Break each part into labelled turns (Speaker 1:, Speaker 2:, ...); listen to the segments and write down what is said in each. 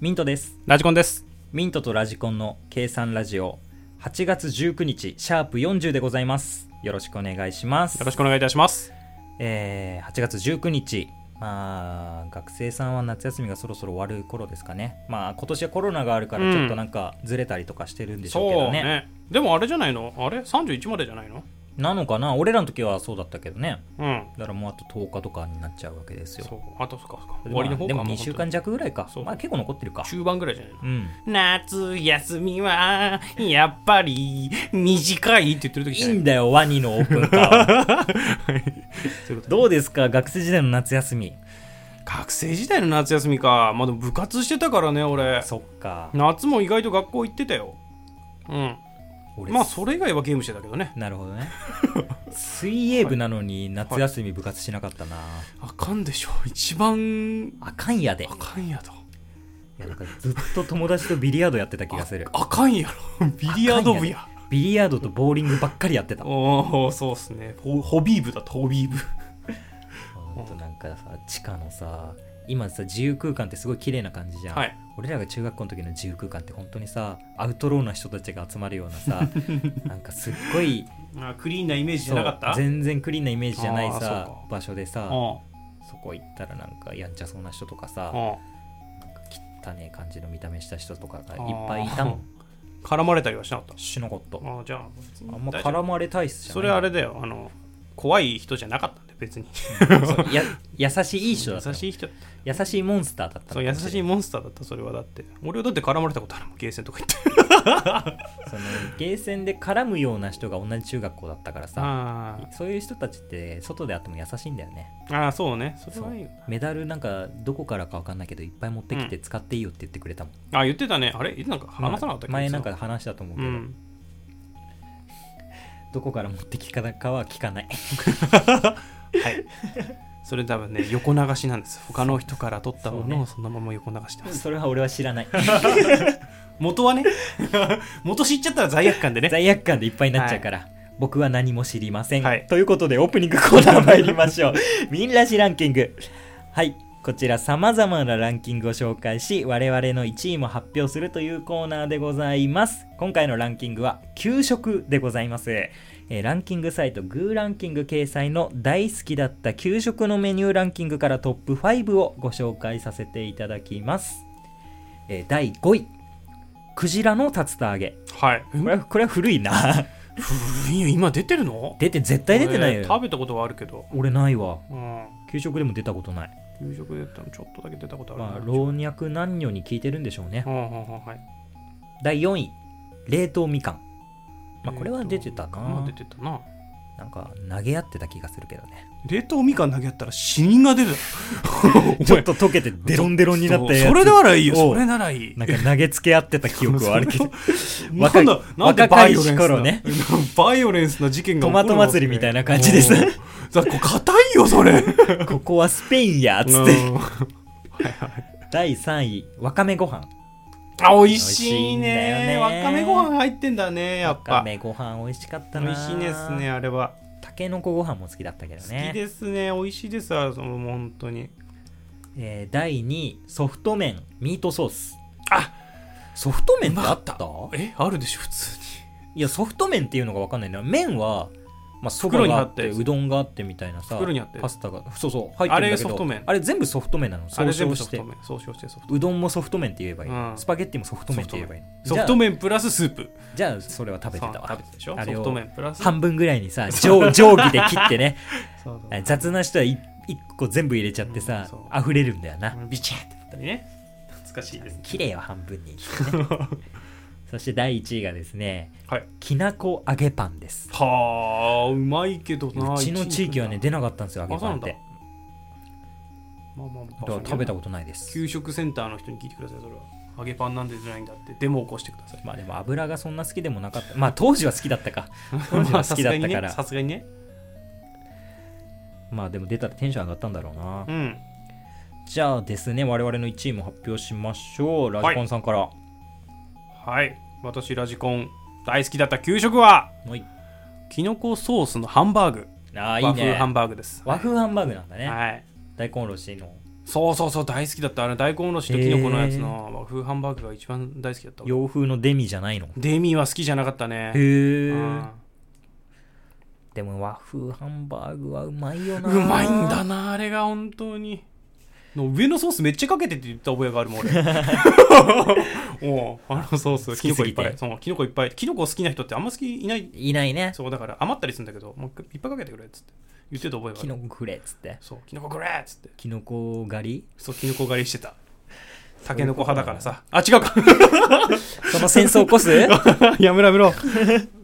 Speaker 1: ミントです。
Speaker 2: ラジコンです。
Speaker 1: ミントとラジコンの計算ラジオ、8月19日、シャープ40でございます。よろしくお願いします。
Speaker 2: よろしくお願いいたします。
Speaker 1: えー8月19日、まあ、学生さんは夏休みがそろそろ終わる頃ですかね。まあ、今年はコロナがあるから、
Speaker 2: うん
Speaker 1: ちょっとなんかずれたりとかしてるんでしょうけどね。
Speaker 2: でもあれじゃないのあれ ?31 までじゃないの
Speaker 1: なのかな俺らの時はそうだったけどね。
Speaker 2: うん。
Speaker 1: だからもうあと10日とかになっちゃうわけですよ。
Speaker 2: そう。あとそっかそっか。終わりの方か
Speaker 1: まあでも2週間弱ぐらいか
Speaker 2: そ。う
Speaker 1: まあ結構残ってるか。
Speaker 2: 中盤ぐらいじゃないの
Speaker 1: うん。
Speaker 2: 夏休みは、やっぱり、短いって言ってる時
Speaker 1: い
Speaker 2: じ
Speaker 1: い
Speaker 2: ゃない
Speaker 1: んだよ、ワニのオープンカーは。
Speaker 2: そういうこと
Speaker 1: どうですか、学生時代の夏休み。
Speaker 2: 学生時代の夏休みか。まあでも部活してたからね、俺。
Speaker 1: そっか。
Speaker 2: 夏も意外と学校行ってたよ。うん。
Speaker 1: 俺
Speaker 2: まあそれ以外はゲームしてたけどね。
Speaker 1: なるほど ね。水泳部なのに夏休み部活しなかったな。
Speaker 2: あかんでしょ。一番、
Speaker 1: あかんやで。い
Speaker 2: あかんやと。
Speaker 1: や、なんかずっと友達とビリヤードやってた気がする。
Speaker 2: あかんやろ。 ビリヤード部や。
Speaker 1: ビリヤードとボーリングばっかりやってた。ほ
Speaker 2: おおそうっすねホホビー部だった ホビー部
Speaker 1: んとなんかさ、地下のさ、今さ、自由空間ってすごい綺麗な感じじゃん。
Speaker 2: はい
Speaker 1: 俺らが中学校の時の自由空間って本当にさ、アウトローな人たちが集まるような さ、なんかすっごい、
Speaker 2: あクリーンなイメージじ
Speaker 1: そ
Speaker 2: ゃ
Speaker 1: う
Speaker 2: なかった
Speaker 1: 全然クリーンなイメージじゃない
Speaker 2: あー
Speaker 1: さ
Speaker 2: そうか
Speaker 1: 場所でさ
Speaker 2: うん
Speaker 1: そこ行ったらなんかやんちゃそうな人とかさ
Speaker 2: うん
Speaker 1: 汚ねえ感じの見た目した人とかがいっぱいいたもん
Speaker 2: あー絡まれたりはしなかった
Speaker 1: しなかった
Speaker 2: あーじゃあ別に
Speaker 1: あんま
Speaker 2: 大丈
Speaker 1: 絡
Speaker 2: 夫
Speaker 1: まれ体質じゃない
Speaker 2: それあれだよあの怖い人じゃなかったんで別に
Speaker 1: そうや優しいいい人だった
Speaker 2: 優
Speaker 1: の
Speaker 2: しい人
Speaker 1: 優しいモンスターだったの
Speaker 2: そう優しいモンスターだったそれはだって俺はだって絡まれたことあるもんゲーセンとか行って
Speaker 1: そのゲーセンで絡むような人が同じ中学校だったからさ
Speaker 2: あ
Speaker 1: そういう人たちって外であっても優しいんだよね
Speaker 2: ーあーそうねそれ
Speaker 1: そう
Speaker 2: はいい
Speaker 1: メダルなんかどこからか分かんないけどいっぱい持ってきて使っていいよって言ってくれたもん、
Speaker 2: あー言ってたねあれなんか話さなかったっけ
Speaker 1: 前なん
Speaker 2: い
Speaker 1: か話したと思う
Speaker 2: つ
Speaker 1: け
Speaker 2: のう
Speaker 1: ど、
Speaker 2: ん
Speaker 1: どこから持ってきたかは聞かない
Speaker 2: はい それ多分ね横流しなんです他の人から取ったものをそのまま横流してます
Speaker 1: それは俺は知らない
Speaker 2: 元はね 元知っちゃったら罪悪感でね
Speaker 1: 罪悪感でいっぱいになっちゃうから、僕は何も知りません、
Speaker 2: はい
Speaker 1: ということでオープニングコーナー参りましょうみんなしランキングはいこちら様々なランキングを紹介し我々の1位も発表するというコーナーでございます今回のランキングは給食でございます、えーランキングサイトグーランキング掲載の大好きだった給食のメニューランキングからトップ5をご紹介させていただきます、えー第5位クジラの竜田揚げ
Speaker 2: はい
Speaker 1: これはこれは古いな
Speaker 2: 古いよ今出てるの
Speaker 1: 出て絶対出てないよ、
Speaker 2: 俺食べたことはあるけど
Speaker 1: 俺ないわ
Speaker 2: うん
Speaker 1: 給食でも出たことない
Speaker 2: 給食でたのちょっとだけ出たことあるな
Speaker 1: まあ老若男女に聞いてるんでしょうね
Speaker 2: うんうんうんはい
Speaker 1: 第4位冷凍みかんまあこれは出てた
Speaker 2: まあ
Speaker 1: な
Speaker 2: 出てたな
Speaker 1: なんか投げ合ってた気がするけどね
Speaker 2: 冷凍みかん投げやったら死人 が出るだろ
Speaker 1: ちょっと溶けてデロンデロンになったやつ
Speaker 2: それならいいよ
Speaker 1: お
Speaker 2: そうれならいい
Speaker 1: なんか投げつけ合ってた記憶はあるけ ど
Speaker 2: なんだ
Speaker 1: 若い
Speaker 2: なんでバイオレン
Speaker 1: 若か
Speaker 2: ス
Speaker 1: りし頃
Speaker 2: な、
Speaker 1: ね
Speaker 2: バイオレンスな事件が起こるの
Speaker 1: トマト祭りみたいな感じです
Speaker 2: おー雑魚硬いよそれ
Speaker 1: ここはスペインやつって第3位わかめご飯
Speaker 2: あ美味
Speaker 1: し
Speaker 2: し
Speaker 1: い
Speaker 2: い
Speaker 1: んだよね
Speaker 2: ねわかめご飯入ってんだねや
Speaker 1: わ
Speaker 2: っ
Speaker 1: か
Speaker 2: ぱ
Speaker 1: めご飯美味しかったな
Speaker 2: 美味しいですねあれは
Speaker 1: たけのこご飯も好きだったけど
Speaker 2: 好
Speaker 1: ね
Speaker 2: きですね美味しいですあれそのもう本当に
Speaker 1: えー第2位ソフト麺ミートソース
Speaker 2: あ
Speaker 1: ソフト麺ってあった
Speaker 2: えあるでしょ普通に
Speaker 1: いやソフト麺っていうのが分かんないんだよ麺はまあ、そば
Speaker 2: 袋に
Speaker 1: があ
Speaker 2: 貼
Speaker 1: っ
Speaker 2: って
Speaker 1: てうどんがあってみたいなさ
Speaker 2: 袋に貼って
Speaker 1: パスタがそうそう入ってるんだけど
Speaker 2: あれソフト麺
Speaker 1: あれ全部ソフト麺なの
Speaker 2: あ
Speaker 1: 総
Speaker 2: れ全
Speaker 1: 称
Speaker 2: 部ソ
Speaker 1: し
Speaker 2: フト
Speaker 1: て
Speaker 2: 麺総称してソフト
Speaker 1: うどんもソフト麺って言えばいい、
Speaker 2: うん
Speaker 1: スパゲッティもソフト麺って言えばいい
Speaker 2: ソフト麺プラススープ
Speaker 1: じゃあじゃあそれは食べてた
Speaker 2: そう
Speaker 1: わ
Speaker 2: 食べてたでしょ
Speaker 1: あれ
Speaker 2: ソ
Speaker 1: を
Speaker 2: フト麺プラス
Speaker 1: 半分ぐらいにさ定定規で切ってね
Speaker 2: そうそう
Speaker 1: 雑な人は 1, 個全部入れちゃってさ、
Speaker 2: うんそう
Speaker 1: 溢れるんだよな
Speaker 2: ビチャってなったりね懐かしいです ね
Speaker 1: 綺麗よ半分に、ね、そして第1位がですね
Speaker 2: はい
Speaker 1: きなこ揚げパンです
Speaker 2: はあうまいけどな
Speaker 1: うちの地域はね
Speaker 2: 一位
Speaker 1: 出なかったんですよ揚げパンって
Speaker 2: まあまあまあ
Speaker 1: だから食べたことないです
Speaker 2: 給食センターの人に聞いてくださいそれは揚げパンなんで出ないんだってデモを起こしてください
Speaker 1: まあでも油がそんな好きでもなかったまあ当時は好きだったか当時は好きだったから
Speaker 2: まあ さすがにね
Speaker 1: まあでも出たらテンション上がったんだろうな
Speaker 2: さすがにね
Speaker 1: じゃあですね我々の1位も発表しましょうラジコンさんからは
Speaker 2: うんはい私ラジコン大好きだった給食はいきのこソースのハンバーグ
Speaker 1: ああいい
Speaker 2: 和風
Speaker 1: ね
Speaker 2: ハンバーグです
Speaker 1: 和風ハンバーグなんだね
Speaker 2: はい
Speaker 1: 大根おろしの
Speaker 2: そうそうそう大好きだったあの大根おろしときのこのやつの和風ハンバーグが一番大好きだったわ
Speaker 1: 洋風のデミじゃないの
Speaker 2: デミは好きじゃなかった
Speaker 1: へ
Speaker 2: ねう
Speaker 1: え
Speaker 2: ん
Speaker 1: でも和風ハンバーグはうまいよ
Speaker 2: う
Speaker 1: な
Speaker 2: まいんだなあれが本当にの上のソースめっちゃかけてって言った覚えがあるもん俺 おうあのソー
Speaker 1: 好
Speaker 2: ス
Speaker 1: き
Speaker 2: キノコいっぱ
Speaker 1: すぎ
Speaker 2: いそうキノコいっぱいキノコ好きな人ってあんま好きいない
Speaker 1: いないね
Speaker 2: そうだから余ったりするんだけどもういっぱいかけてくれっつって言ってた覚えがあ
Speaker 1: キ
Speaker 2: る
Speaker 1: ノコくれっつって
Speaker 2: そうキノコくれっつって
Speaker 1: キノコ狩り
Speaker 2: そうキノコ狩りしてたタケノコ派だからさあ違うか
Speaker 1: その戦争起こす や
Speaker 2: やめろや めろ、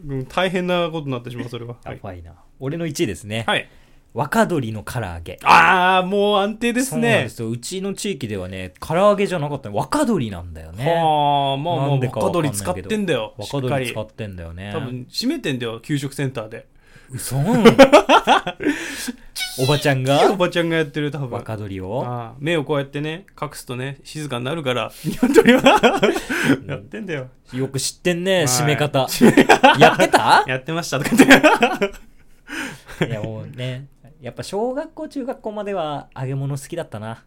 Speaker 2: うん大変なことになってしまうそれははい、
Speaker 1: ばいな俺の1位ですね
Speaker 2: はい、
Speaker 1: 若鶏の唐揚げ
Speaker 2: ああもう安定です
Speaker 1: そうなん
Speaker 2: ね
Speaker 1: ですようちの地域ではね唐揚げじゃなかったの若鶏なんだよね
Speaker 2: はあまあまあ
Speaker 1: なんで
Speaker 2: 若
Speaker 1: かわかんない
Speaker 2: 鶏
Speaker 1: けど
Speaker 2: 使ってんだよし
Speaker 1: 若
Speaker 2: っか
Speaker 1: 鶏
Speaker 2: り
Speaker 1: 使ってんだよね
Speaker 2: 多分閉めてんだよ給食センターで
Speaker 1: 嘘おばちゃん
Speaker 2: お
Speaker 1: が
Speaker 2: ばちゃんがやってる多分
Speaker 1: 若鶏を
Speaker 2: ああ目をこうやってね隠すとね静かになるから鶏はやってんだよ
Speaker 1: よく知ってんね
Speaker 2: い
Speaker 1: 締め方 やってた
Speaker 2: やってましたとか言って
Speaker 1: いやもうねやっぱ小学校中学校までは揚げ物好きだったな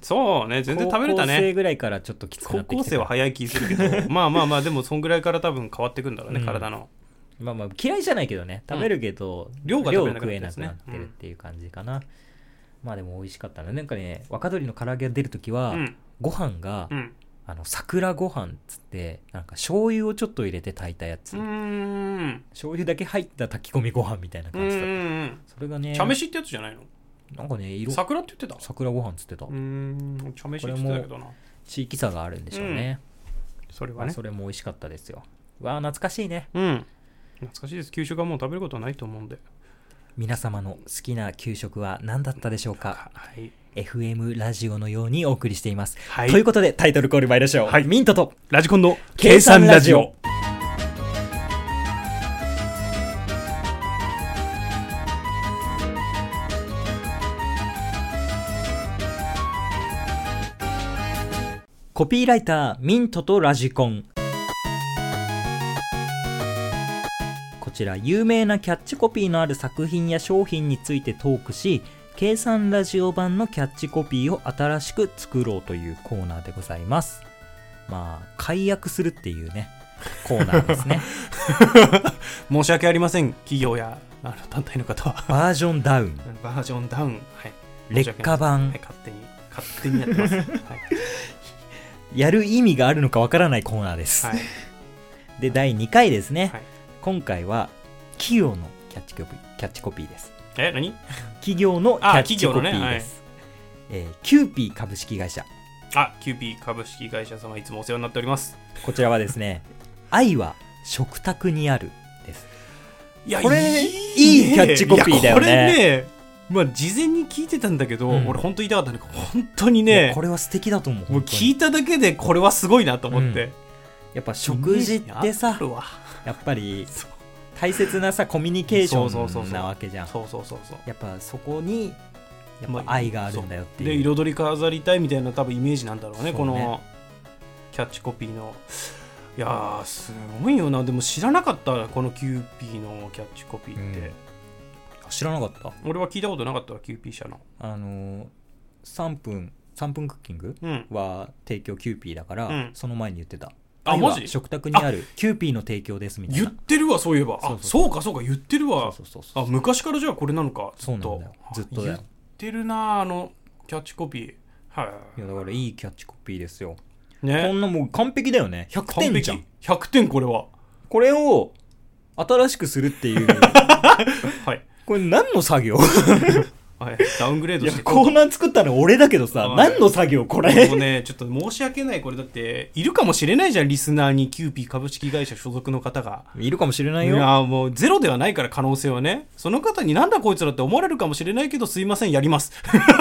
Speaker 2: そうね全然食べれた
Speaker 1: 高校生
Speaker 2: ね
Speaker 1: ぐらいからちょっときつくなっ
Speaker 2: 高
Speaker 1: てき
Speaker 2: 校
Speaker 1: て
Speaker 2: 生は早い気するけどまあまあまあでもそんぐらいから多分変わってくんだろうね、
Speaker 1: うん
Speaker 2: 体の
Speaker 1: まあまあ嫌いじゃないけどね食べるけど、
Speaker 2: 量が
Speaker 1: 量
Speaker 2: 食
Speaker 1: を
Speaker 2: べ
Speaker 1: 食え
Speaker 2: れなかったで
Speaker 1: な
Speaker 2: す
Speaker 1: く
Speaker 2: ね
Speaker 1: なってるっていう感じかな、まあでも美味しかったななんかね若鶏の唐揚げが出るとき
Speaker 2: う
Speaker 1: は、
Speaker 2: ん
Speaker 1: ご飯が、
Speaker 2: うん
Speaker 1: あの桜ご飯っつってなんか醤油をちょっと入れて炊いたやつ、
Speaker 2: うーん
Speaker 1: 醤油だけ入った炊き込みご飯みたいな
Speaker 2: うん
Speaker 1: 感
Speaker 2: うん
Speaker 1: じだった、
Speaker 2: うん
Speaker 1: それがね
Speaker 2: 茶飯ってやつじゃないの
Speaker 1: なんかね色
Speaker 2: 桜って言ってた
Speaker 1: 桜ご飯っつってた、
Speaker 2: うーん茶飯って言ってたけどな
Speaker 1: 地域差があるんでしょうね、
Speaker 2: それ
Speaker 1: ま
Speaker 2: は
Speaker 1: あ
Speaker 2: ね
Speaker 1: それも美味しかったですよわあ懐かしいね
Speaker 2: うん懐かしいです給食はもう食べることはないと思うんで
Speaker 1: 皆様の好きな給食は何だったでしょうか
Speaker 2: はい、
Speaker 1: FM ラジオのようにお送りしています。
Speaker 2: はい
Speaker 1: ということでタイトルコール参りましょう。
Speaker 2: はい
Speaker 1: ミントと
Speaker 2: ラジコンの
Speaker 1: 計
Speaker 2: 計
Speaker 1: 算
Speaker 2: 算
Speaker 1: ラ
Speaker 2: ラ
Speaker 1: ジ
Speaker 2: ジ
Speaker 1: オ
Speaker 2: オ
Speaker 1: コピーライターミントとラジコン。こちら有名なキャッチコピーのある作品や商品についてトークし、計算ラジオ版のキャッチコピーを新しく作ろうというコーナーでございます。まあ、解約するっていうね、コーナー ですね。
Speaker 2: 申し訳ありません企業やあの団体の方は
Speaker 1: バージョンダウン、
Speaker 2: バージョンダウンはい、
Speaker 1: 劣化
Speaker 2: は
Speaker 1: 版
Speaker 2: い、、勝手に勝手にやってますはい、
Speaker 1: やる意味があるのかわからないコーナーです。
Speaker 2: はい、
Speaker 1: で、第2回ですね。
Speaker 2: はい
Speaker 1: 今回は、企業のキャッチコピーキャッチコピーです。
Speaker 2: え何
Speaker 1: 企業のキャッチコピ
Speaker 2: あ企業の
Speaker 1: ー
Speaker 2: ね
Speaker 1: です。えーキューピー株式会社。
Speaker 2: あキューピー株式会社様いつもお世話になっております
Speaker 1: こちらはです ね、愛は食卓にあるです。
Speaker 2: いや
Speaker 1: これいい
Speaker 2: ね
Speaker 1: キャッチコピーだよね
Speaker 2: いやこれねまあ事前に聞いてたんだけど、
Speaker 1: うん
Speaker 2: 俺本当言いたかったんだけど本当に
Speaker 1: いや
Speaker 2: ね
Speaker 1: これは素敵だと思う。
Speaker 2: もう
Speaker 1: 本当に
Speaker 2: 聞いただけでこれはすごいなと思って、
Speaker 1: やっぱ食事ってさ
Speaker 2: あ、るわ
Speaker 1: やっぱり
Speaker 2: そう
Speaker 1: 大切なさ、コミュニケーシ
Speaker 2: そうそう
Speaker 1: ョ
Speaker 2: そうそ
Speaker 1: ン
Speaker 2: う
Speaker 1: なわけじゃん。
Speaker 2: そうそうそうそう
Speaker 1: やっぱそこに、やっぱ愛があるんだよって
Speaker 2: で
Speaker 1: いう。
Speaker 2: 彩り飾りたいみたいな多分イメージなんだろう
Speaker 1: そ
Speaker 2: ね
Speaker 1: うね
Speaker 2: このキャッチコピーのいやーすごいよなでも知らなかったこのキューピーのキャッチコピーって、
Speaker 1: あ知らなかった。
Speaker 2: 俺は聞いたことなかったわキューピー社の
Speaker 1: あのー、3分3分クッキング
Speaker 2: うん
Speaker 1: は提供キューピーだから、
Speaker 2: うん
Speaker 1: その前に言ってた
Speaker 2: あ
Speaker 1: 愛は
Speaker 2: マジ
Speaker 1: 食卓にあるキューピーの提供ですみたい
Speaker 2: 言
Speaker 1: な
Speaker 2: ってるわそういえば
Speaker 1: そう
Speaker 2: あ
Speaker 1: そう
Speaker 2: そうかそうか言ってるわ
Speaker 1: そうそうそう
Speaker 2: あ昔からじゃあこれなのかずっ
Speaker 1: そう
Speaker 2: と
Speaker 1: なんだよずっとだよ
Speaker 2: 言ってるなあのキャッチコピーはい
Speaker 1: やだからいいキャッチコピーですよ
Speaker 2: い
Speaker 1: こ
Speaker 2: ね
Speaker 1: んなもう完璧だよね100
Speaker 2: 完
Speaker 1: 点じゃ
Speaker 2: 璧
Speaker 1: ん
Speaker 2: 100点これは
Speaker 1: これを新しくするって いう
Speaker 2: はい
Speaker 1: これ何の作業
Speaker 2: はいダウングレー
Speaker 1: い
Speaker 2: ド
Speaker 1: や
Speaker 2: していこう
Speaker 1: コーナー作ったの俺だけどさ
Speaker 2: はい
Speaker 1: 何の作業こ
Speaker 2: でも
Speaker 1: れ
Speaker 2: ね、ちょ っと申し訳ない、これだって、いるかもしれないじゃん、リスナーにキューピー株式会社所属の方が。
Speaker 1: いるかもしれないいよ
Speaker 2: やもうゼロではないから可能性はねその方になんだこいつらって思われるかもしれないけどすいませんやります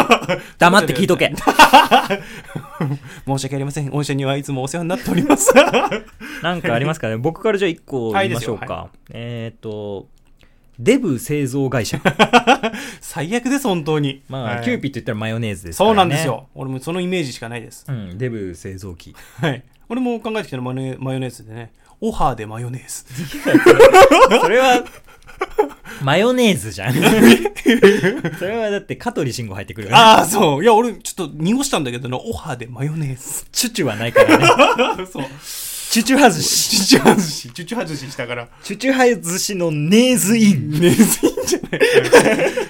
Speaker 1: 黙って聞いとけ
Speaker 2: 申し訳ありません御社にはいつもお世話になっております
Speaker 1: なんかありますかね僕からじゃあ1個言いましょうか、
Speaker 2: は
Speaker 1: えっ、とデブ製造会 社
Speaker 2: 最悪です本当に
Speaker 1: まあ、
Speaker 2: はい
Speaker 1: キューピーって言ったらマヨネーズですから、ね、
Speaker 2: そうなんですよ俺もそのイメージしかないです、
Speaker 1: うん、デブ製造機。
Speaker 2: はい俺も考えてきたのマヨネマヨネーズでねオハーでマヨネーズ
Speaker 1: それは、マヨネーズじゃん。 それはだって香取慎吾入ってくるからね。
Speaker 2: ああ、そう。いや、俺、ちょっと濁したんだけどな、オハでマヨネーズ。
Speaker 1: チュチュはないからね。
Speaker 2: そう。
Speaker 1: チュチュ外し。
Speaker 2: チュチュ外し、チュチュ外ししたから。
Speaker 1: チュチュ外しのネーズイン。
Speaker 2: ネーズインじゃない。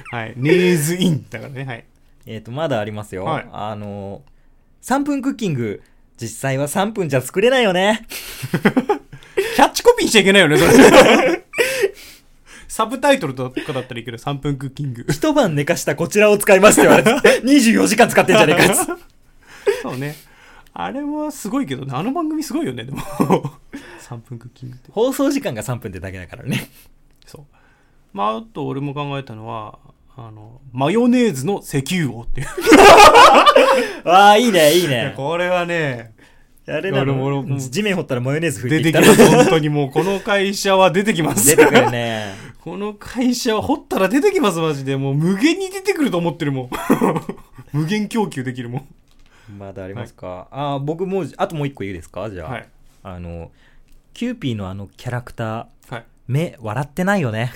Speaker 2: はい。ネーズインだからね、はい。
Speaker 1: えっ、と、まだありますよ。
Speaker 2: はい
Speaker 1: あのー、3分クッキング、実際は3分じゃ作れないよね。
Speaker 2: キャッチコピーしちゃいけないよね、それ。サブタイトルとかだったらいいけど、3分クッキング。
Speaker 1: 一晩寝かしたこちらを使いますって言われて、24時間使ってんじゃねえかっつって
Speaker 2: そうね。あれはすごいけどね、あの番組すごいよね、でも。3分クッキングって。
Speaker 1: 放送時間が3分ってだけだから ね。
Speaker 2: そう。まあ、あと俺も考えたのは、あの、マヨネーズの石油王っていう。
Speaker 1: わあ、いいね、いい
Speaker 2: いや
Speaker 1: ね。
Speaker 2: これはね、
Speaker 1: あれな
Speaker 2: 俺も俺
Speaker 1: の
Speaker 2: も
Speaker 1: 地面掘ったらマヨネーズ吹
Speaker 2: 出
Speaker 1: いて
Speaker 2: て
Speaker 1: き
Speaker 2: き
Speaker 1: た
Speaker 2: ま
Speaker 1: ら
Speaker 2: す。本当にもう、この会社は出てきます。
Speaker 1: 出てくる ね。
Speaker 2: この会社は掘ったら出てきます、マジで。もう無限に出てくると思ってるもん。 無限供給できるもん。
Speaker 1: まだありますか、あー僕もうあともう一個いいですかじゃあ、
Speaker 2: はい。
Speaker 1: あのキューピーのあのキャラクター
Speaker 2: はい。
Speaker 1: 目笑ってないよね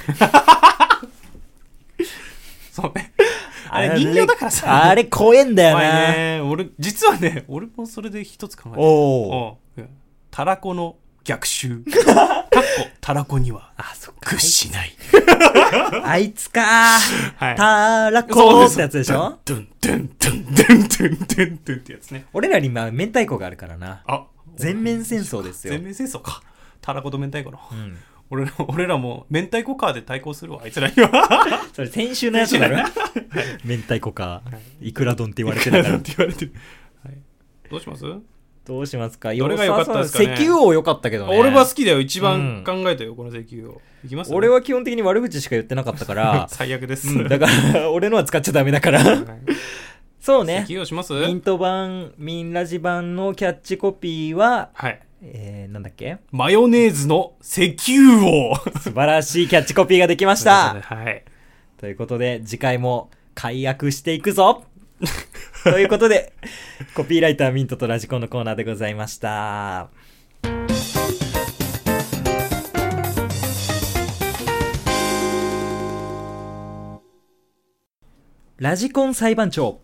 Speaker 2: そうね。 あれ人形だからさ。
Speaker 1: あれ怖えんだよ
Speaker 2: 怖い
Speaker 1: な
Speaker 2: ね。俺、実はね、俺もそれで一つ考えた。
Speaker 1: おお
Speaker 2: うんうんたらこの逆 襲。かっこ、たらこには
Speaker 1: あそっか
Speaker 2: 屈しない。
Speaker 1: あいつか
Speaker 2: はい
Speaker 1: たら
Speaker 2: そう
Speaker 1: こ
Speaker 2: で
Speaker 1: ー
Speaker 2: す
Speaker 1: ってやつでしょ
Speaker 2: ドゥンドゥンドゥンドゥンドゥンドゥンドゥンってやつね。
Speaker 1: 俺らに今明太子があるからな
Speaker 2: あ、
Speaker 1: 全面戦争ですよ
Speaker 2: 全面戦争か。たらこと明太子の。
Speaker 1: うん、
Speaker 2: 俺ら俺らも明太子カーで対抗するわ、あいつらには。
Speaker 1: それ先週のやつだろ 明太子かいくら丼って言われて
Speaker 2: な
Speaker 1: る
Speaker 2: ん
Speaker 1: から
Speaker 2: て 言われてる。はいどうします、
Speaker 1: どうしますか
Speaker 2: どれが良かったですかね
Speaker 1: 良さそう石油王良かったけどね
Speaker 2: 俺は好きだよ。一番
Speaker 1: うん
Speaker 2: 考えたよ、この石油を。いきます
Speaker 1: 俺は基本的に悪口しか言ってなかった から、
Speaker 2: 最悪です。
Speaker 1: うん、だから、 俺のは使っちゃダメだか
Speaker 2: は
Speaker 1: ら
Speaker 2: い。
Speaker 1: そうね。
Speaker 2: 石油をします
Speaker 1: ミント版、ミンラジ版のキャッチコピーは、
Speaker 2: はい。
Speaker 1: えー、なんだっけ
Speaker 2: マヨネーズの石油 王。
Speaker 1: 素晴らしいキャッチコピーができました
Speaker 2: はい。
Speaker 1: ということで、次回も解約していくぞ ということで、コピーライターミントとラジコンのコーナーでございました。ラジコン裁判長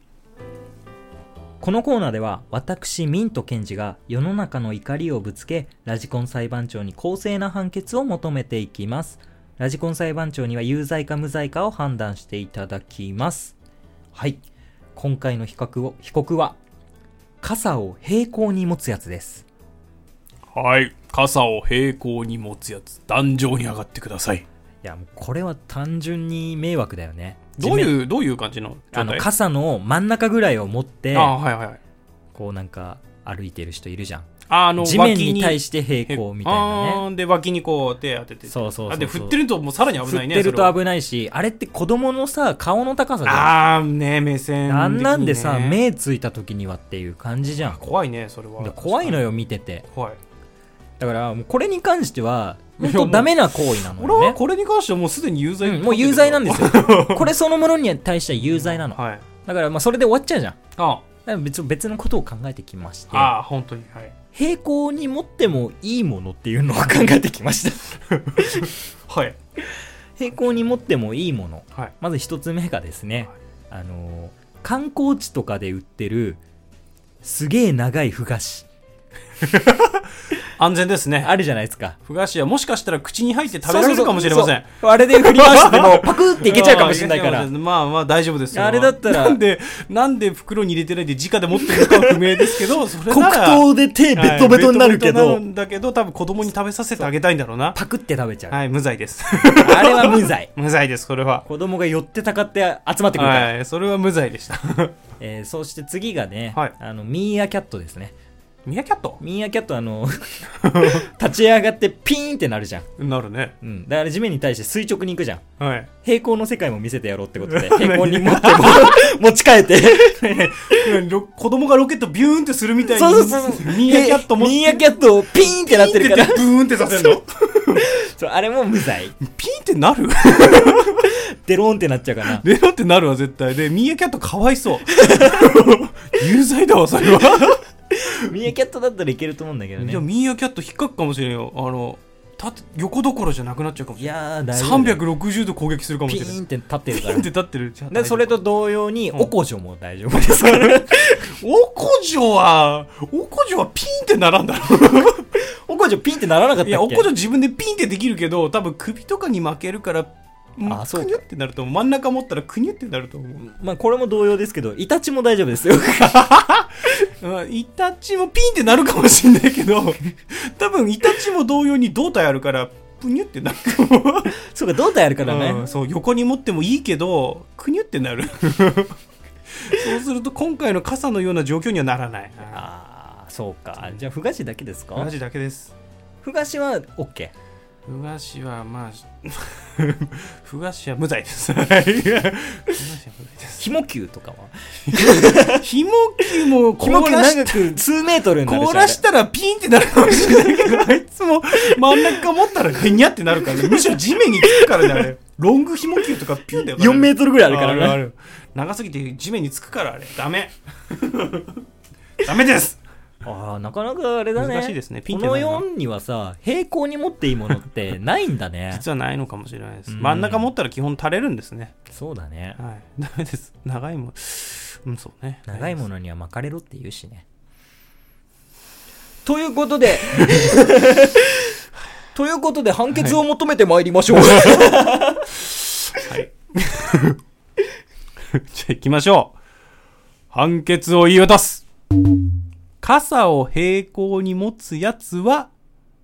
Speaker 1: このコーナーでは私ミント検事が世の中の怒りをぶつけラジコン裁判長に公正な判決を求めていきますラジコン裁判長には有罪か無罪かを判断していただきますはい今回の被告を被告は傘を平行に持つやつです
Speaker 2: はい。傘を平行に持つやつ、壇上に上がってください。
Speaker 1: いやもうこれは単純に迷惑だよね
Speaker 2: どう
Speaker 1: う
Speaker 2: いう、どういう感じの
Speaker 1: あ
Speaker 2: 状
Speaker 1: の
Speaker 2: 態
Speaker 1: 傘の真ん中ぐらいを持って
Speaker 2: あ、はいはいはい。
Speaker 1: こうなんか歩いてる人いるじゃん
Speaker 2: あの、
Speaker 1: 地面
Speaker 2: 脇
Speaker 1: に対して平行みたいなね
Speaker 2: あーで、脇にこう手当てて。
Speaker 1: そうそうそうそう
Speaker 2: あで、振ってるともうさらに危
Speaker 1: 振
Speaker 2: な
Speaker 1: っ
Speaker 2: いね。
Speaker 1: てると
Speaker 2: い。
Speaker 1: 危ないし、あれって子供のさ、顔の高さじゃ
Speaker 2: あーね、目
Speaker 1: ん。
Speaker 2: 線的にね。
Speaker 1: あんなんでさ、目ついた時にはっていう感じじゃん。
Speaker 2: 怖いね、それは。
Speaker 1: で怖いの
Speaker 2: よ。
Speaker 1: よ、見てて。
Speaker 2: 怖い。
Speaker 1: だから、もうこれに関しては、
Speaker 2: いや
Speaker 1: 本当
Speaker 2: もう
Speaker 1: ダメな行為なの
Speaker 2: 俺
Speaker 1: よ
Speaker 2: は
Speaker 1: ね。
Speaker 2: これに関してはもうすでに有罪
Speaker 1: うんもう有罪なんですすよ。 これそのものに対しては有罪なの。
Speaker 2: はい。
Speaker 1: だから、まあ、それで終わっちゃうじゃん。だか
Speaker 2: あ
Speaker 1: ら別別のことを考えてきまして、
Speaker 2: あー、本当に。はい。
Speaker 1: 平行に持ってもいいものっていうのを考えてきました。
Speaker 2: はい。
Speaker 1: 平行に持ってもいいもの。
Speaker 2: はい。
Speaker 1: まず一つ目がですね、あのー観光地とかで売ってるすげえ長いふ菓子
Speaker 2: 安全ですね。
Speaker 1: あるじゃないですか
Speaker 2: ふがしはもしかしたら口に入って食べられるかもしれません
Speaker 1: そう。そうそうあれで振り回してもパクっていけちゃうかもしれないから
Speaker 2: あーけちゃうかもしれまあまあ大丈夫ですよ。
Speaker 1: あれだったら
Speaker 2: なんで、なんで袋に入れてないで直で持ってるのかは不明ですけど、それ
Speaker 1: 黒
Speaker 2: なら。
Speaker 1: 糖で手ベットベトになるけ
Speaker 2: はいベトベトにな
Speaker 1: ど
Speaker 2: るんだけど、多分子供に食べさせてあげたいんだろうな。
Speaker 1: パクって食べちゃう
Speaker 2: はい、無罪です。
Speaker 1: あれ は無罪
Speaker 2: 無罪です、それは。
Speaker 1: 子供が寄ってたかって集まってくるから、
Speaker 2: はい、それは無罪でした。
Speaker 1: えー、そして次がね、
Speaker 2: はい
Speaker 1: あのミーアキャットですね
Speaker 2: ミヤキャット
Speaker 1: ミーアキャットあの 立ち上がってピーンってなるじゃん、
Speaker 2: なるね。
Speaker 1: うん、だから地面に対して垂直に行くじゃん
Speaker 2: はい。
Speaker 1: 平行の世界も見せてやろうってこと で、平行に持っても 持ち替えて。
Speaker 2: ろ子供がロケットビューンってするみたいに。
Speaker 1: そうそうそう。
Speaker 2: ミヤキャットも
Speaker 1: ミーアキャットをピーンってなってるから
Speaker 2: ピ。ンってブーンってさせる の。
Speaker 1: そう、あれも無罪。
Speaker 2: ピンってな る
Speaker 1: デローンってなっちゃうから。
Speaker 2: レナってなるわ、絶対。で、ミーアキャットかわ いそう。有罪だわ、それは。
Speaker 1: ミーアキャットだったらいけると思うんだけどね
Speaker 2: いや、。ミーアキャット引っかくかもしれんよ。あの、縦横どころじゃなくなっちゃうかもし
Speaker 1: い
Speaker 2: れない
Speaker 1: やー、大丈夫だよ。
Speaker 2: 360度攻撃するかもし
Speaker 1: ピ
Speaker 2: れない
Speaker 1: ーンって立ってる
Speaker 2: ピ
Speaker 1: か
Speaker 2: ン
Speaker 1: ら
Speaker 2: っ。て立ってるじゃあ
Speaker 1: でそれと
Speaker 2: 大丈
Speaker 1: 同様に、
Speaker 2: うん
Speaker 1: おこじょも大丈夫ですから。
Speaker 2: 夫おこじょはおこじょはピンってならんだろ
Speaker 1: おこじょピンってならなかったっ
Speaker 2: い
Speaker 1: け
Speaker 2: やおこじょ自分でピンってできるけど多分首とかに負けるから
Speaker 1: あそうか
Speaker 2: くにゅってなると思う真ん中持ったらくにゅってなると思う
Speaker 1: まあこれも同様ですけど、イタチも大丈夫です よ。
Speaker 2: うんイタチもピンってなるかもしれないけど 多分イタチも同様に胴体あるからぷにゅってなる
Speaker 1: そうか、胴体あるから
Speaker 2: う
Speaker 1: ね
Speaker 2: ん。そう横に持ってもいいけどくにゅってな るそうすると今回の傘のような状況にはならない
Speaker 1: ああ、そうか。じゃあ、ふがしだけですか
Speaker 2: マジだけです
Speaker 1: ふがしは OK。
Speaker 2: ふがしはまあ ふがしは無罪ですはいふがしは無罪です
Speaker 1: ひもきゅうとかは
Speaker 2: ひもきも
Speaker 1: ひも
Speaker 2: 凍
Speaker 1: きゅう
Speaker 2: らし
Speaker 1: 長く2メートルになる
Speaker 2: 凍
Speaker 1: し。
Speaker 2: らし
Speaker 1: あ
Speaker 2: たらピンってなるかもしれないけどあいつも真ん中持ったらぐにゃってなるからねむしろ地面につくからねあれロングひもきゅうとかピュンだよ
Speaker 1: れ4メートルぐらいあるから
Speaker 2: あ
Speaker 1: ね。
Speaker 2: る長すぎて地面につくからあれダメ ダメです
Speaker 1: ああ、なかなかあれだね。
Speaker 2: 難しいですねピン
Speaker 1: こ
Speaker 2: ってな
Speaker 1: の
Speaker 2: るのは
Speaker 1: 4にはさ、平行に持っていいものってないんだ ね。
Speaker 2: 実はないのかもしれないです
Speaker 1: うん
Speaker 2: 真ん中持ったら基本垂れるんですね
Speaker 1: そうだね。
Speaker 2: はいダメです長いもんうんそうね
Speaker 1: 長いも
Speaker 2: の
Speaker 1: のには巻かれろって言うしね。ということで、 ということで判決を求めてまいりまし ょう。
Speaker 2: はいじゃあ行きましょう判決を言い渡す傘を平行に持つやつは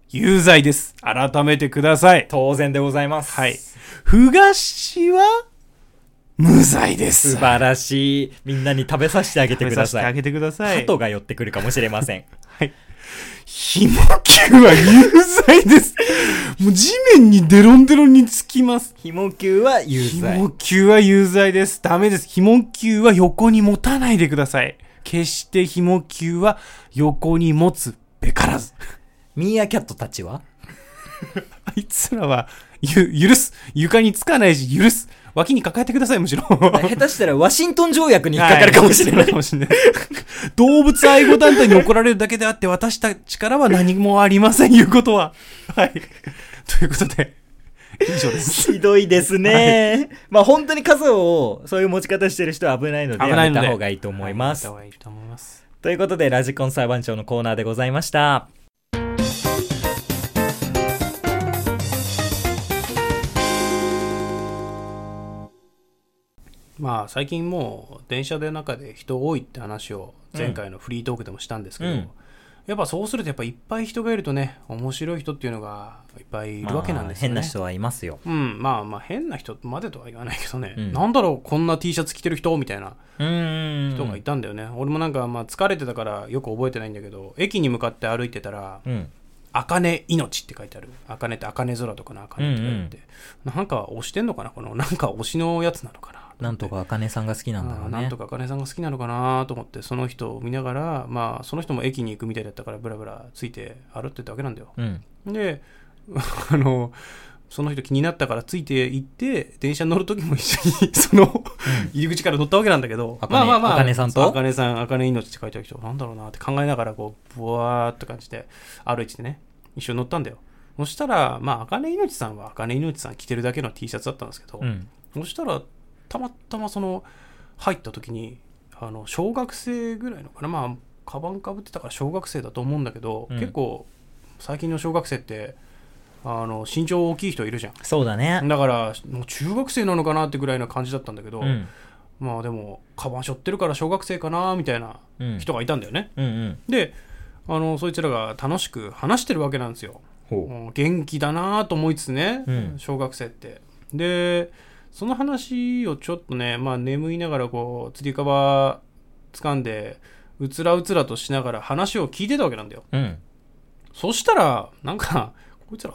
Speaker 2: 有罪です改めてください
Speaker 1: 当然でございます。
Speaker 2: はいふがしは無罪です
Speaker 1: 素晴らしい。みんなに食べさせてあげてくだ
Speaker 2: 食べさせて
Speaker 1: さ
Speaker 2: あ
Speaker 1: い。
Speaker 2: げてください。
Speaker 1: 鳩が寄ってくるかもしれません。
Speaker 2: ひもきゅうは有罪です。もう地面にデロンデロンにつきます。
Speaker 1: ひもきゅうは有
Speaker 2: ひ
Speaker 1: 罪
Speaker 2: も。きゅうは有罪です。ダメです。ひもきゅうは横に持たないでください。決してひもきゅうは横に持つべからず。
Speaker 1: ミーアキャットたちは
Speaker 2: あいつらは、ゆ、許す。床につかないし、許す。脇に抱えてください、むしろ。
Speaker 1: 下手したらワシントン条約に引っかかるかもしれな。
Speaker 2: はい かもしれない動物愛護団体に怒られるだけであって、私たちからは何もありません、いうことは。はい。ということで、以上です。
Speaker 1: ひどいですね。まあ本当に傘を、そういう持ち方してる人 は危ないので、やめた方がいいと思います
Speaker 2: は。いやめた方がいいと思います。
Speaker 1: ということで、ラジコン裁判長のコーナーでございました。
Speaker 2: まあ、最近もう、電車で中で人多いって話を、前回のフリートークでもしたんですけど、
Speaker 1: うん
Speaker 2: やっぱそうすると、やっぱいっぱい人がいるとね、面白い人っていうのがいっぱいいるわけなんですよ
Speaker 1: まあ変
Speaker 2: ね。
Speaker 1: な人はいますよ。
Speaker 2: うん、まあまあ変な人までとは言わないけどね、
Speaker 1: うん
Speaker 2: なんだろうこんな T シャツ着てる人みたいな
Speaker 1: うーん。
Speaker 2: 人がいたんだよね、俺もなんかまあ疲れてたからよく覚えてないんだけど駅に向かって歩いてたら
Speaker 1: うん。
Speaker 2: 「あかね命」って書いてある「あかね」って「あかね空」とかの「あかね」って書いて、なんか推してんのかなこのなんか推しのやつなのかな
Speaker 1: なんとか、あかねさんが好きなんだろ
Speaker 2: あ
Speaker 1: う
Speaker 2: ー
Speaker 1: ね。
Speaker 2: なんとかあかねさんが好きなのかなと思ってその人を見ながらまあその人も駅に行くみたいだったからブラブラついて歩ってたわけなんだよ
Speaker 1: うん。
Speaker 2: で あのその人気になったからついて行って電車に乗る時も一緒に その入り口から乗ったわけなんだけど、
Speaker 1: 茜茜さんと
Speaker 2: あかねさんあかね命って書いてある人なんだろうなって考えながらこうぶわーって感じで歩いててね一緒に乗ったんだよそしたらまああかね命さんはあかね命さん着てるだけの T シャツだったんですけど、
Speaker 1: うん。
Speaker 2: そしたらたまたまその入った時にあの小学生ぐらいのかなまあカバンかぶってたから小学生だと思うんだけど、
Speaker 1: うん
Speaker 2: 結構最近の小学生ってあの身長大きい人いるじゃ
Speaker 1: そうだね
Speaker 2: ん。だからもう中学生なのかなってぐらいな感じだったんだけど、
Speaker 1: うん。
Speaker 2: まあでもカバン背負ってるから小学生かなみたいな
Speaker 1: うん。
Speaker 2: 人がいたんだよね、
Speaker 1: うんうん。
Speaker 2: であのそいつらが楽しく話してるわけなんですよ
Speaker 1: ほ
Speaker 2: もう元気だなと思いつつね、
Speaker 1: うん
Speaker 2: 小学生ってでその話をちょっとね、まあ、眠いながらこうつり革掴んでうつらうつらとしながら話を聞いてたわけなんだよ
Speaker 1: う。うん。
Speaker 2: そしたらなんかこいつら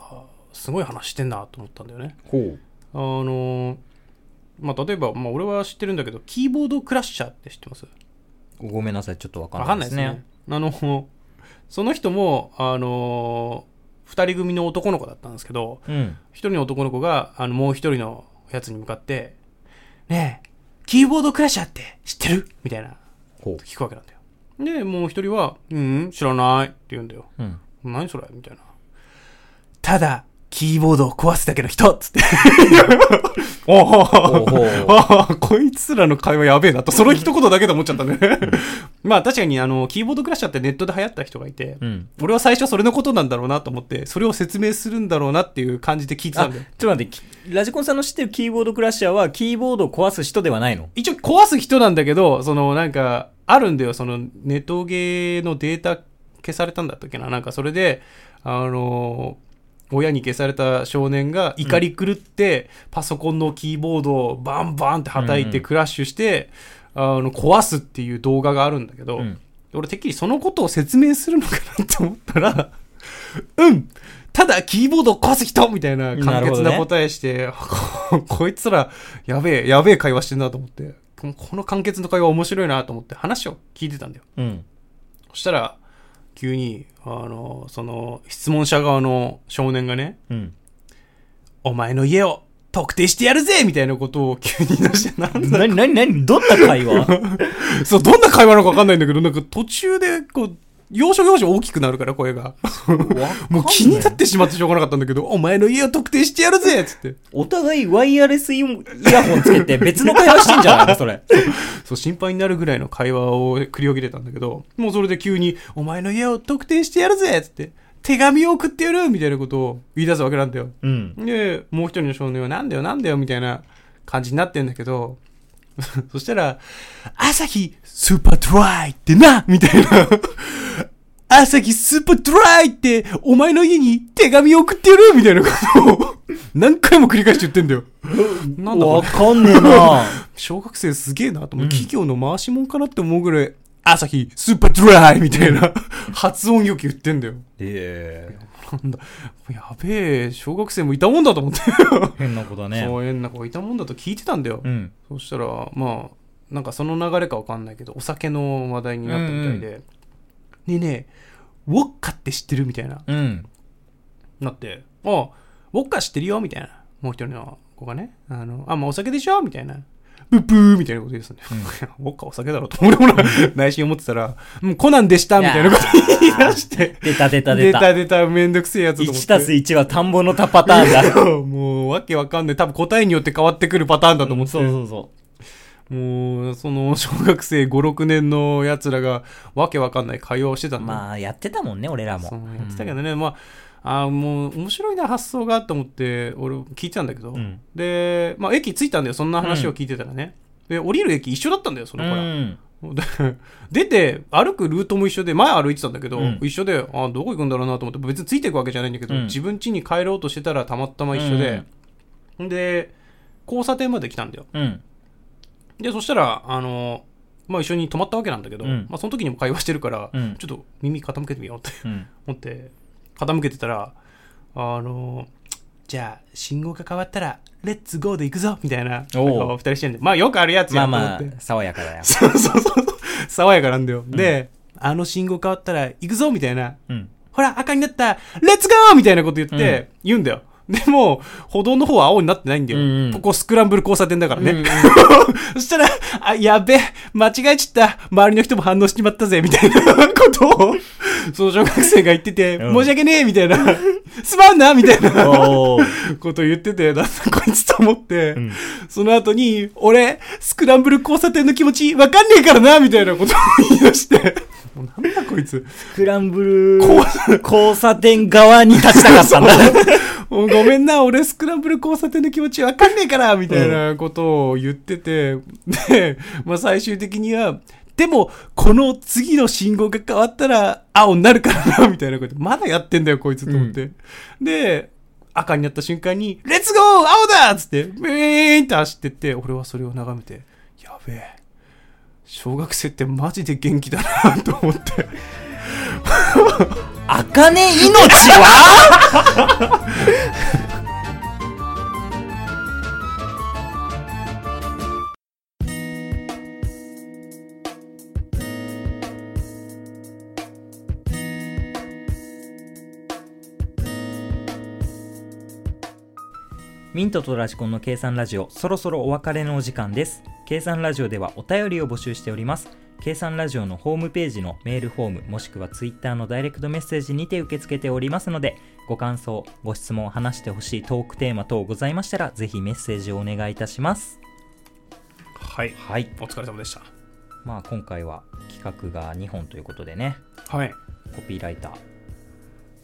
Speaker 2: すごい話してんなと思ったんだよね
Speaker 1: ほう。
Speaker 2: あのまあ例えば、まあ、俺は知ってるんだけどキーボードクラッシャーって知ってます
Speaker 1: ごめんなさい、ちょっとわ
Speaker 2: わ
Speaker 1: か
Speaker 2: か
Speaker 1: ん
Speaker 2: ん
Speaker 1: な
Speaker 2: ないい
Speaker 1: で
Speaker 2: ですす
Speaker 1: ね
Speaker 2: ね。。あの、その人も、あの、二人組の男の子だったんですけど、
Speaker 1: うん。
Speaker 2: 一人の男の子が、あの、もう一人のやつに向かって、ねえ、キーボードクラッシャーって知ってるみたいな、
Speaker 1: ほ
Speaker 2: 聞くわけなんだよ。で、もう一人は、うん、知らないって言うんだよ。
Speaker 1: う。うん。
Speaker 2: 何それみたいな。ただ、キーボードを壊すだけの人っつって。 おおああ、こいつらの会話やべえなと、その一言だけで思っちゃったね。 まあ確かに、あの、キーボードクラッシャーってネットで流行った人がいて、
Speaker 1: うん。
Speaker 2: 俺は最初はそれのことなんだろうなと思って、それを説明するんだろうなっていう感じで聞いてた
Speaker 1: あ、ちょっ
Speaker 2: んだよ。
Speaker 1: と待ってき、ラジコンさんの知ってるキーボードクラッシャーは、キーボードを壊す人ではないの
Speaker 2: 一応壊す人なんだけど、そのなんか、あるんだよ、そのネトゲのデータ消されたんだったっけな。なんかそれで、あの親に消された少年が怒り狂って、パソコンのキーボードをバンバンって叩い
Speaker 1: うんう
Speaker 2: て
Speaker 1: ん
Speaker 2: クラッシュして、あの壊すっていう動画があるんだけど、
Speaker 1: うん
Speaker 2: 俺てっきりそのことを説明するのかなって思ったら、うんただキーボードを壊す人みたいな簡潔な答えして、 ここいつらやべえ、やべえ会話してんなと思って、このこの簡潔の会話面白いなと思って話を聞いてたんだよ。
Speaker 1: うん。
Speaker 2: そしたら、急に、あの、その、質問者側の少年がね、
Speaker 1: うん。
Speaker 2: お前の家を特定してやるぜみたいなことを急に言い出して、なんだ
Speaker 1: なになになにどんな 会話
Speaker 2: そう、どんな会話なのかわかんないんだけど、なんか途中で、こう、要所要所大きくなるから、声が。もう気になってしまってしょうがなかったんだけど、お前の家を特定してやるぜっつって。
Speaker 1: お互いワイヤレスイヤホンつけて別の会話してんじゃないのそれ。
Speaker 2: そう、心配になるぐらいの会話を繰り広げてたんだけど、もうそれで急に、お前の家を特定してやるぜっつって、手紙を送ってやるみたいなことを言い出すわけなんだよ。
Speaker 1: うん。
Speaker 2: で、もう一人の少年は、なんだよなんだよみたいな感じになってんだけど、 そしたら、朝日スーパードライってなみたいな。 朝日スーパードライって、お前の家に手紙を送ってやるみたいなことを 何回も繰り返して言ってんだよ。 なんだこれ
Speaker 1: わかんね えな
Speaker 2: 小学生すげえなと思う、企業の回しもんかなって思うぐらい、朝日スーパードライみたいな 発音よく言ってんだよ。
Speaker 1: ええ
Speaker 2: なんだ、やべえ、小学生もいたもんだと思って。
Speaker 1: 変な子だね。
Speaker 2: そう変な子がいたもんだと聞いてたんだよ。
Speaker 1: うん。
Speaker 2: そしたら、まあ、なんかその流れかわかんないけど、お酒の話題になったみたいで、ねえねえ、ウォッカって知ってるみたいな。
Speaker 1: うん。
Speaker 2: なって、ああ、ウォッカ知ってるよみたいな。もう一人の子がね、あの、あ、まあお酒でしょみたいな。ブッブーみたいなこと言ってたんだよ。ウォッカお酒だろと、俺も な内心思ってたら、うん、コナンでしたみたいなこと言い出して、
Speaker 1: 出た出た出
Speaker 2: 出
Speaker 1: た。
Speaker 2: た出た、めんどくせえやつと思って。
Speaker 1: 1たす1は田んぼの田パターンだ。
Speaker 2: もう、わけわかんない。多分答えによって変わってくるパターンだと思って。
Speaker 1: そうそうそ
Speaker 2: もう、その、小学生5、6年 の奴らが、わけわかんない会話をしてた
Speaker 1: う。
Speaker 2: んだ。
Speaker 1: まあ、やってたもんね、俺らも。
Speaker 2: そうやってたけどね、まあ、あーもう面白いな発想がと思って俺聞いてたんだけど、
Speaker 1: うん
Speaker 2: で、まあ、駅着いたんだよそんな話を聞いてたらね、で降りる駅一緒だったんだよその
Speaker 1: う
Speaker 2: 子ら、
Speaker 1: ん。
Speaker 2: で出て歩くルートも一緒で前歩いてたんだけど、
Speaker 1: うん
Speaker 2: 一緒であどこ行くんだろうなと思って別についていくわけじゃないんだけど、
Speaker 1: うん
Speaker 2: 自分家に帰ろうとしてたらたまたま一緒で、で交差点まで来たんだよ
Speaker 1: うん。
Speaker 2: でそしたらあのまあ一緒に泊まったわけなんだけど、
Speaker 1: うん
Speaker 2: まあ、その時にも会話してるから、
Speaker 1: うん
Speaker 2: ちょっと耳傾けてみようって
Speaker 1: うん。
Speaker 2: 思って傾けてたらあのじゃあ信号が変わったらレッツゴーで行くぞみたいな
Speaker 1: おう
Speaker 2: なんか二人してんでまあよくあるやつ
Speaker 1: ま
Speaker 2: や
Speaker 1: あ
Speaker 2: と思
Speaker 1: ま
Speaker 2: って、
Speaker 1: あ、爽やかだよ。
Speaker 2: そうそうそうそう爽やかなんだよ、であの信号変わったら行くぞみたいな
Speaker 1: うん。
Speaker 2: ほら赤になったレッツゴーみたいなこと言って、言うんだよでも、歩道の方は青になってないんだよ。
Speaker 1: うんうん
Speaker 2: ここスクランブル交差点だからね。 そしたら、あ、やべえ、間違えちった。周りの人も反応しちまったぜ、みたいなことを、その小学生が言ってて、
Speaker 1: うん
Speaker 2: 申し訳ねえ、みたいな。すまんな、みたいな
Speaker 1: おー。
Speaker 2: ことを言ってて、なんだこいつと思って、
Speaker 1: ん
Speaker 2: その後に、俺、スクランブル交差点の気持ち、わかんねえからな、みたいなことを言い出して、もうなんだこいつ。
Speaker 1: スクランブル交差点側に立ちたかったんだ。
Speaker 2: もうごめんな、俺スクランブル交差点の気持ちわかんねえから、みたいなことを言ってて、で、まあ最終的には、でも、この次の信号が変わったら、青になるからな、みたいなこと。まだやってんだよ、こいつと思って。で、赤になった瞬間に、レッツゴー青だっつって、ブーンって走ってって、俺はそれを眺めて、やべえ。小学生ってマジで元気だな、と思って。
Speaker 1: あかね命はミントとラジコンの計算ラジオ、そろそろお別れのお時間です。計算ラジオではお便りを募集しております。計算ラジオのホームページのメールフォームもしくはツイッターのダイレクトメッセージにて受け付けておりますのでご感想ご質問話してほしいトークテーマ等ございましたらぜひメッセージをお願いいたします
Speaker 2: はい
Speaker 1: はい
Speaker 2: お疲れ様でした
Speaker 1: まあ今回は企画が2本ということでね
Speaker 2: はい
Speaker 1: コピーライター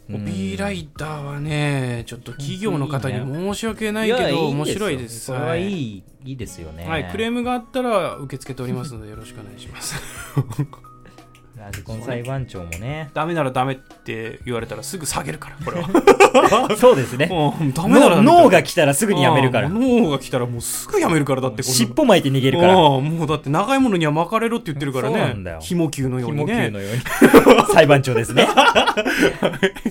Speaker 2: コピーライターはねちょっと企業の方に申し訳ないいけ
Speaker 1: や
Speaker 2: ど
Speaker 1: いで
Speaker 2: 面
Speaker 1: すよ
Speaker 2: 白いです
Speaker 1: これはいいいいですよね
Speaker 2: はい、クレー
Speaker 1: ム
Speaker 2: ムがあったら受け付けております のでよろしくお願いします
Speaker 1: ラジコン裁判長もね
Speaker 2: ダメならダメって言われたらすぐ下げるからこれは
Speaker 1: そうです ね
Speaker 2: うんダメなら
Speaker 1: 脳
Speaker 2: ダメ
Speaker 1: 脳が来たらすぐ
Speaker 2: す
Speaker 1: にやめるから
Speaker 2: 脳が来たらもうすぐやめるからだってこんな
Speaker 1: 尻尾巻いて逃げるから
Speaker 2: ああもうだって長いものには巻かれろって言ってるから
Speaker 1: そうなんだ
Speaker 2: ね
Speaker 1: よ
Speaker 2: ひも球のよう
Speaker 1: ひ
Speaker 2: に
Speaker 1: も
Speaker 2: ね
Speaker 1: 球のように裁判長 ですね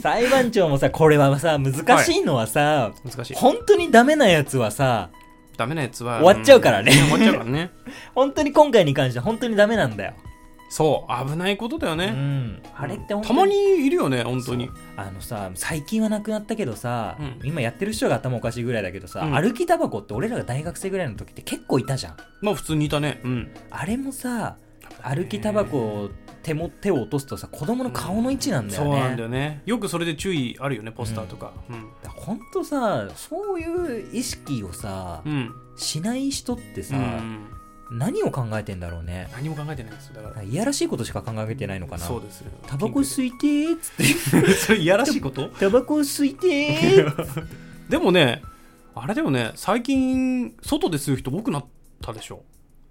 Speaker 1: 裁判長もさこれはさ難しいのはさ、
Speaker 2: 難しい
Speaker 1: 本当にダメなやつはさ
Speaker 2: ダメなやつは
Speaker 1: 終わっちゃうからね
Speaker 2: ん終わっちゃうからね
Speaker 1: 本当に今回に関しては本当にダメなんだよ、
Speaker 2: そう危ないことだよ
Speaker 1: う
Speaker 2: ね、
Speaker 1: ん、あれって本当
Speaker 2: たまにいるよね本当に
Speaker 1: そうあのさ最近はなくなったけどさ、
Speaker 2: うん
Speaker 1: 今やってる人が頭おかしいぐらいだけどさ、
Speaker 2: うん
Speaker 1: 歩きタバコって俺らが大学生ぐらいの時って結構いたじゃん
Speaker 2: まあ普通にいたねうん
Speaker 1: あれもさ歩きタバコを手も手を落とすとさ子供の顔の位置なんだよ
Speaker 2: そ
Speaker 1: ね、
Speaker 2: うなんだよねよくそれで注意あるよねポスターとかうん
Speaker 1: ほんとさそういう意識をさ、
Speaker 2: うん、
Speaker 1: しない人ってさ、
Speaker 2: うん、
Speaker 1: 何を考えてんだろうね
Speaker 2: 何も考えてないんですよだから
Speaker 1: いやらしいことしか考えてないのかな
Speaker 2: そうですよ
Speaker 1: タバコ吸
Speaker 2: い
Speaker 1: いてーっつって
Speaker 2: それいやらしいこと
Speaker 1: タバコ吸いてーっつって
Speaker 2: でもねあれだよね最近外で吸う人多くなったでしょ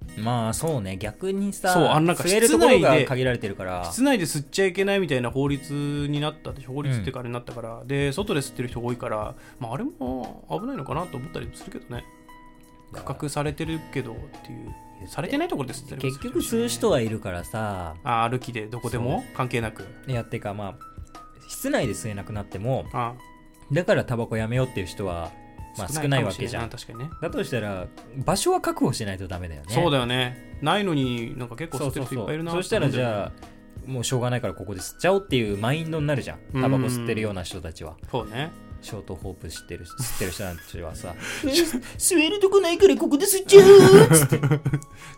Speaker 1: まあそうね逆にさ
Speaker 2: そうあんなんか
Speaker 1: 吸えるところ
Speaker 2: 室内
Speaker 1: が
Speaker 2: で
Speaker 1: 限られてるから
Speaker 2: 室内で吸っちゃいけないみたいな法律になったでしょ法律っていうかあれになったから、で外で吸ってる人多いから、まあ、あれも危ないのかなと思ったりもするけどね
Speaker 1: だ
Speaker 2: 価
Speaker 1: から
Speaker 2: 格されてるけどっていうされてないところで吸ってる
Speaker 1: 結局吸う人はいるからさ
Speaker 2: あ歩きでどこでも関係なく
Speaker 1: いやってかまあ室内で吸えなくなっても
Speaker 2: あ
Speaker 1: だからタバコやめようっていう人は、まあ、少ないわけじゃん
Speaker 2: 確かにね
Speaker 1: だとしたら場所は確保しないとダメだよね
Speaker 2: そうだよねないのになんか結構吸ってる人いっぱいいるな
Speaker 1: そうそうそうそしたらじゃあもうしょうがないからここで吸っちゃおうっていうマインドになるじゃんタバコ吸ってるような人たちは
Speaker 2: そうね
Speaker 1: ショートホープ吸ってる吸ってる人たちはさ え吸えるとこないからここで吸っちゃうっつって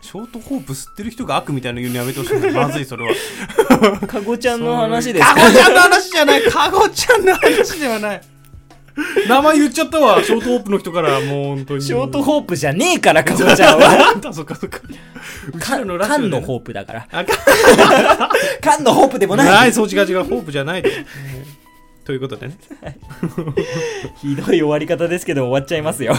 Speaker 2: ショートホープ吸ってる人が悪みたいなの言うのやめてほし いまずいそれは
Speaker 1: カゴちゃんの話です
Speaker 2: カゴちゃんの話じゃないカゴちゃんの話ではない名前言っちゃったわショートホープの人からもう本当に
Speaker 1: ショートホープじゃねえから、かぼちゃん は。
Speaker 2: ープそっかそっかうちら
Speaker 1: 缶
Speaker 2: の
Speaker 1: の
Speaker 2: ラジオで
Speaker 1: のホープだから。
Speaker 2: あか
Speaker 1: 缶のホープでもない。
Speaker 2: ないそう違う違うホープじゃないでえーということでね
Speaker 1: ひどい終わり方ですけど、終わっちゃいますよ。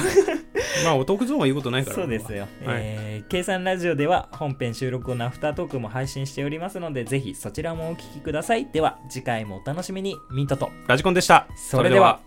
Speaker 2: まあお得ゾーンは言うことないから
Speaker 1: そうですよ。
Speaker 2: はい
Speaker 1: えー計算ラジオでは本編収録後のアフタートークも配信しておりますので、ぜひそちらもお聞きください。では、次回もお楽しみに。ミントと。
Speaker 2: ラジコンでした
Speaker 1: それでは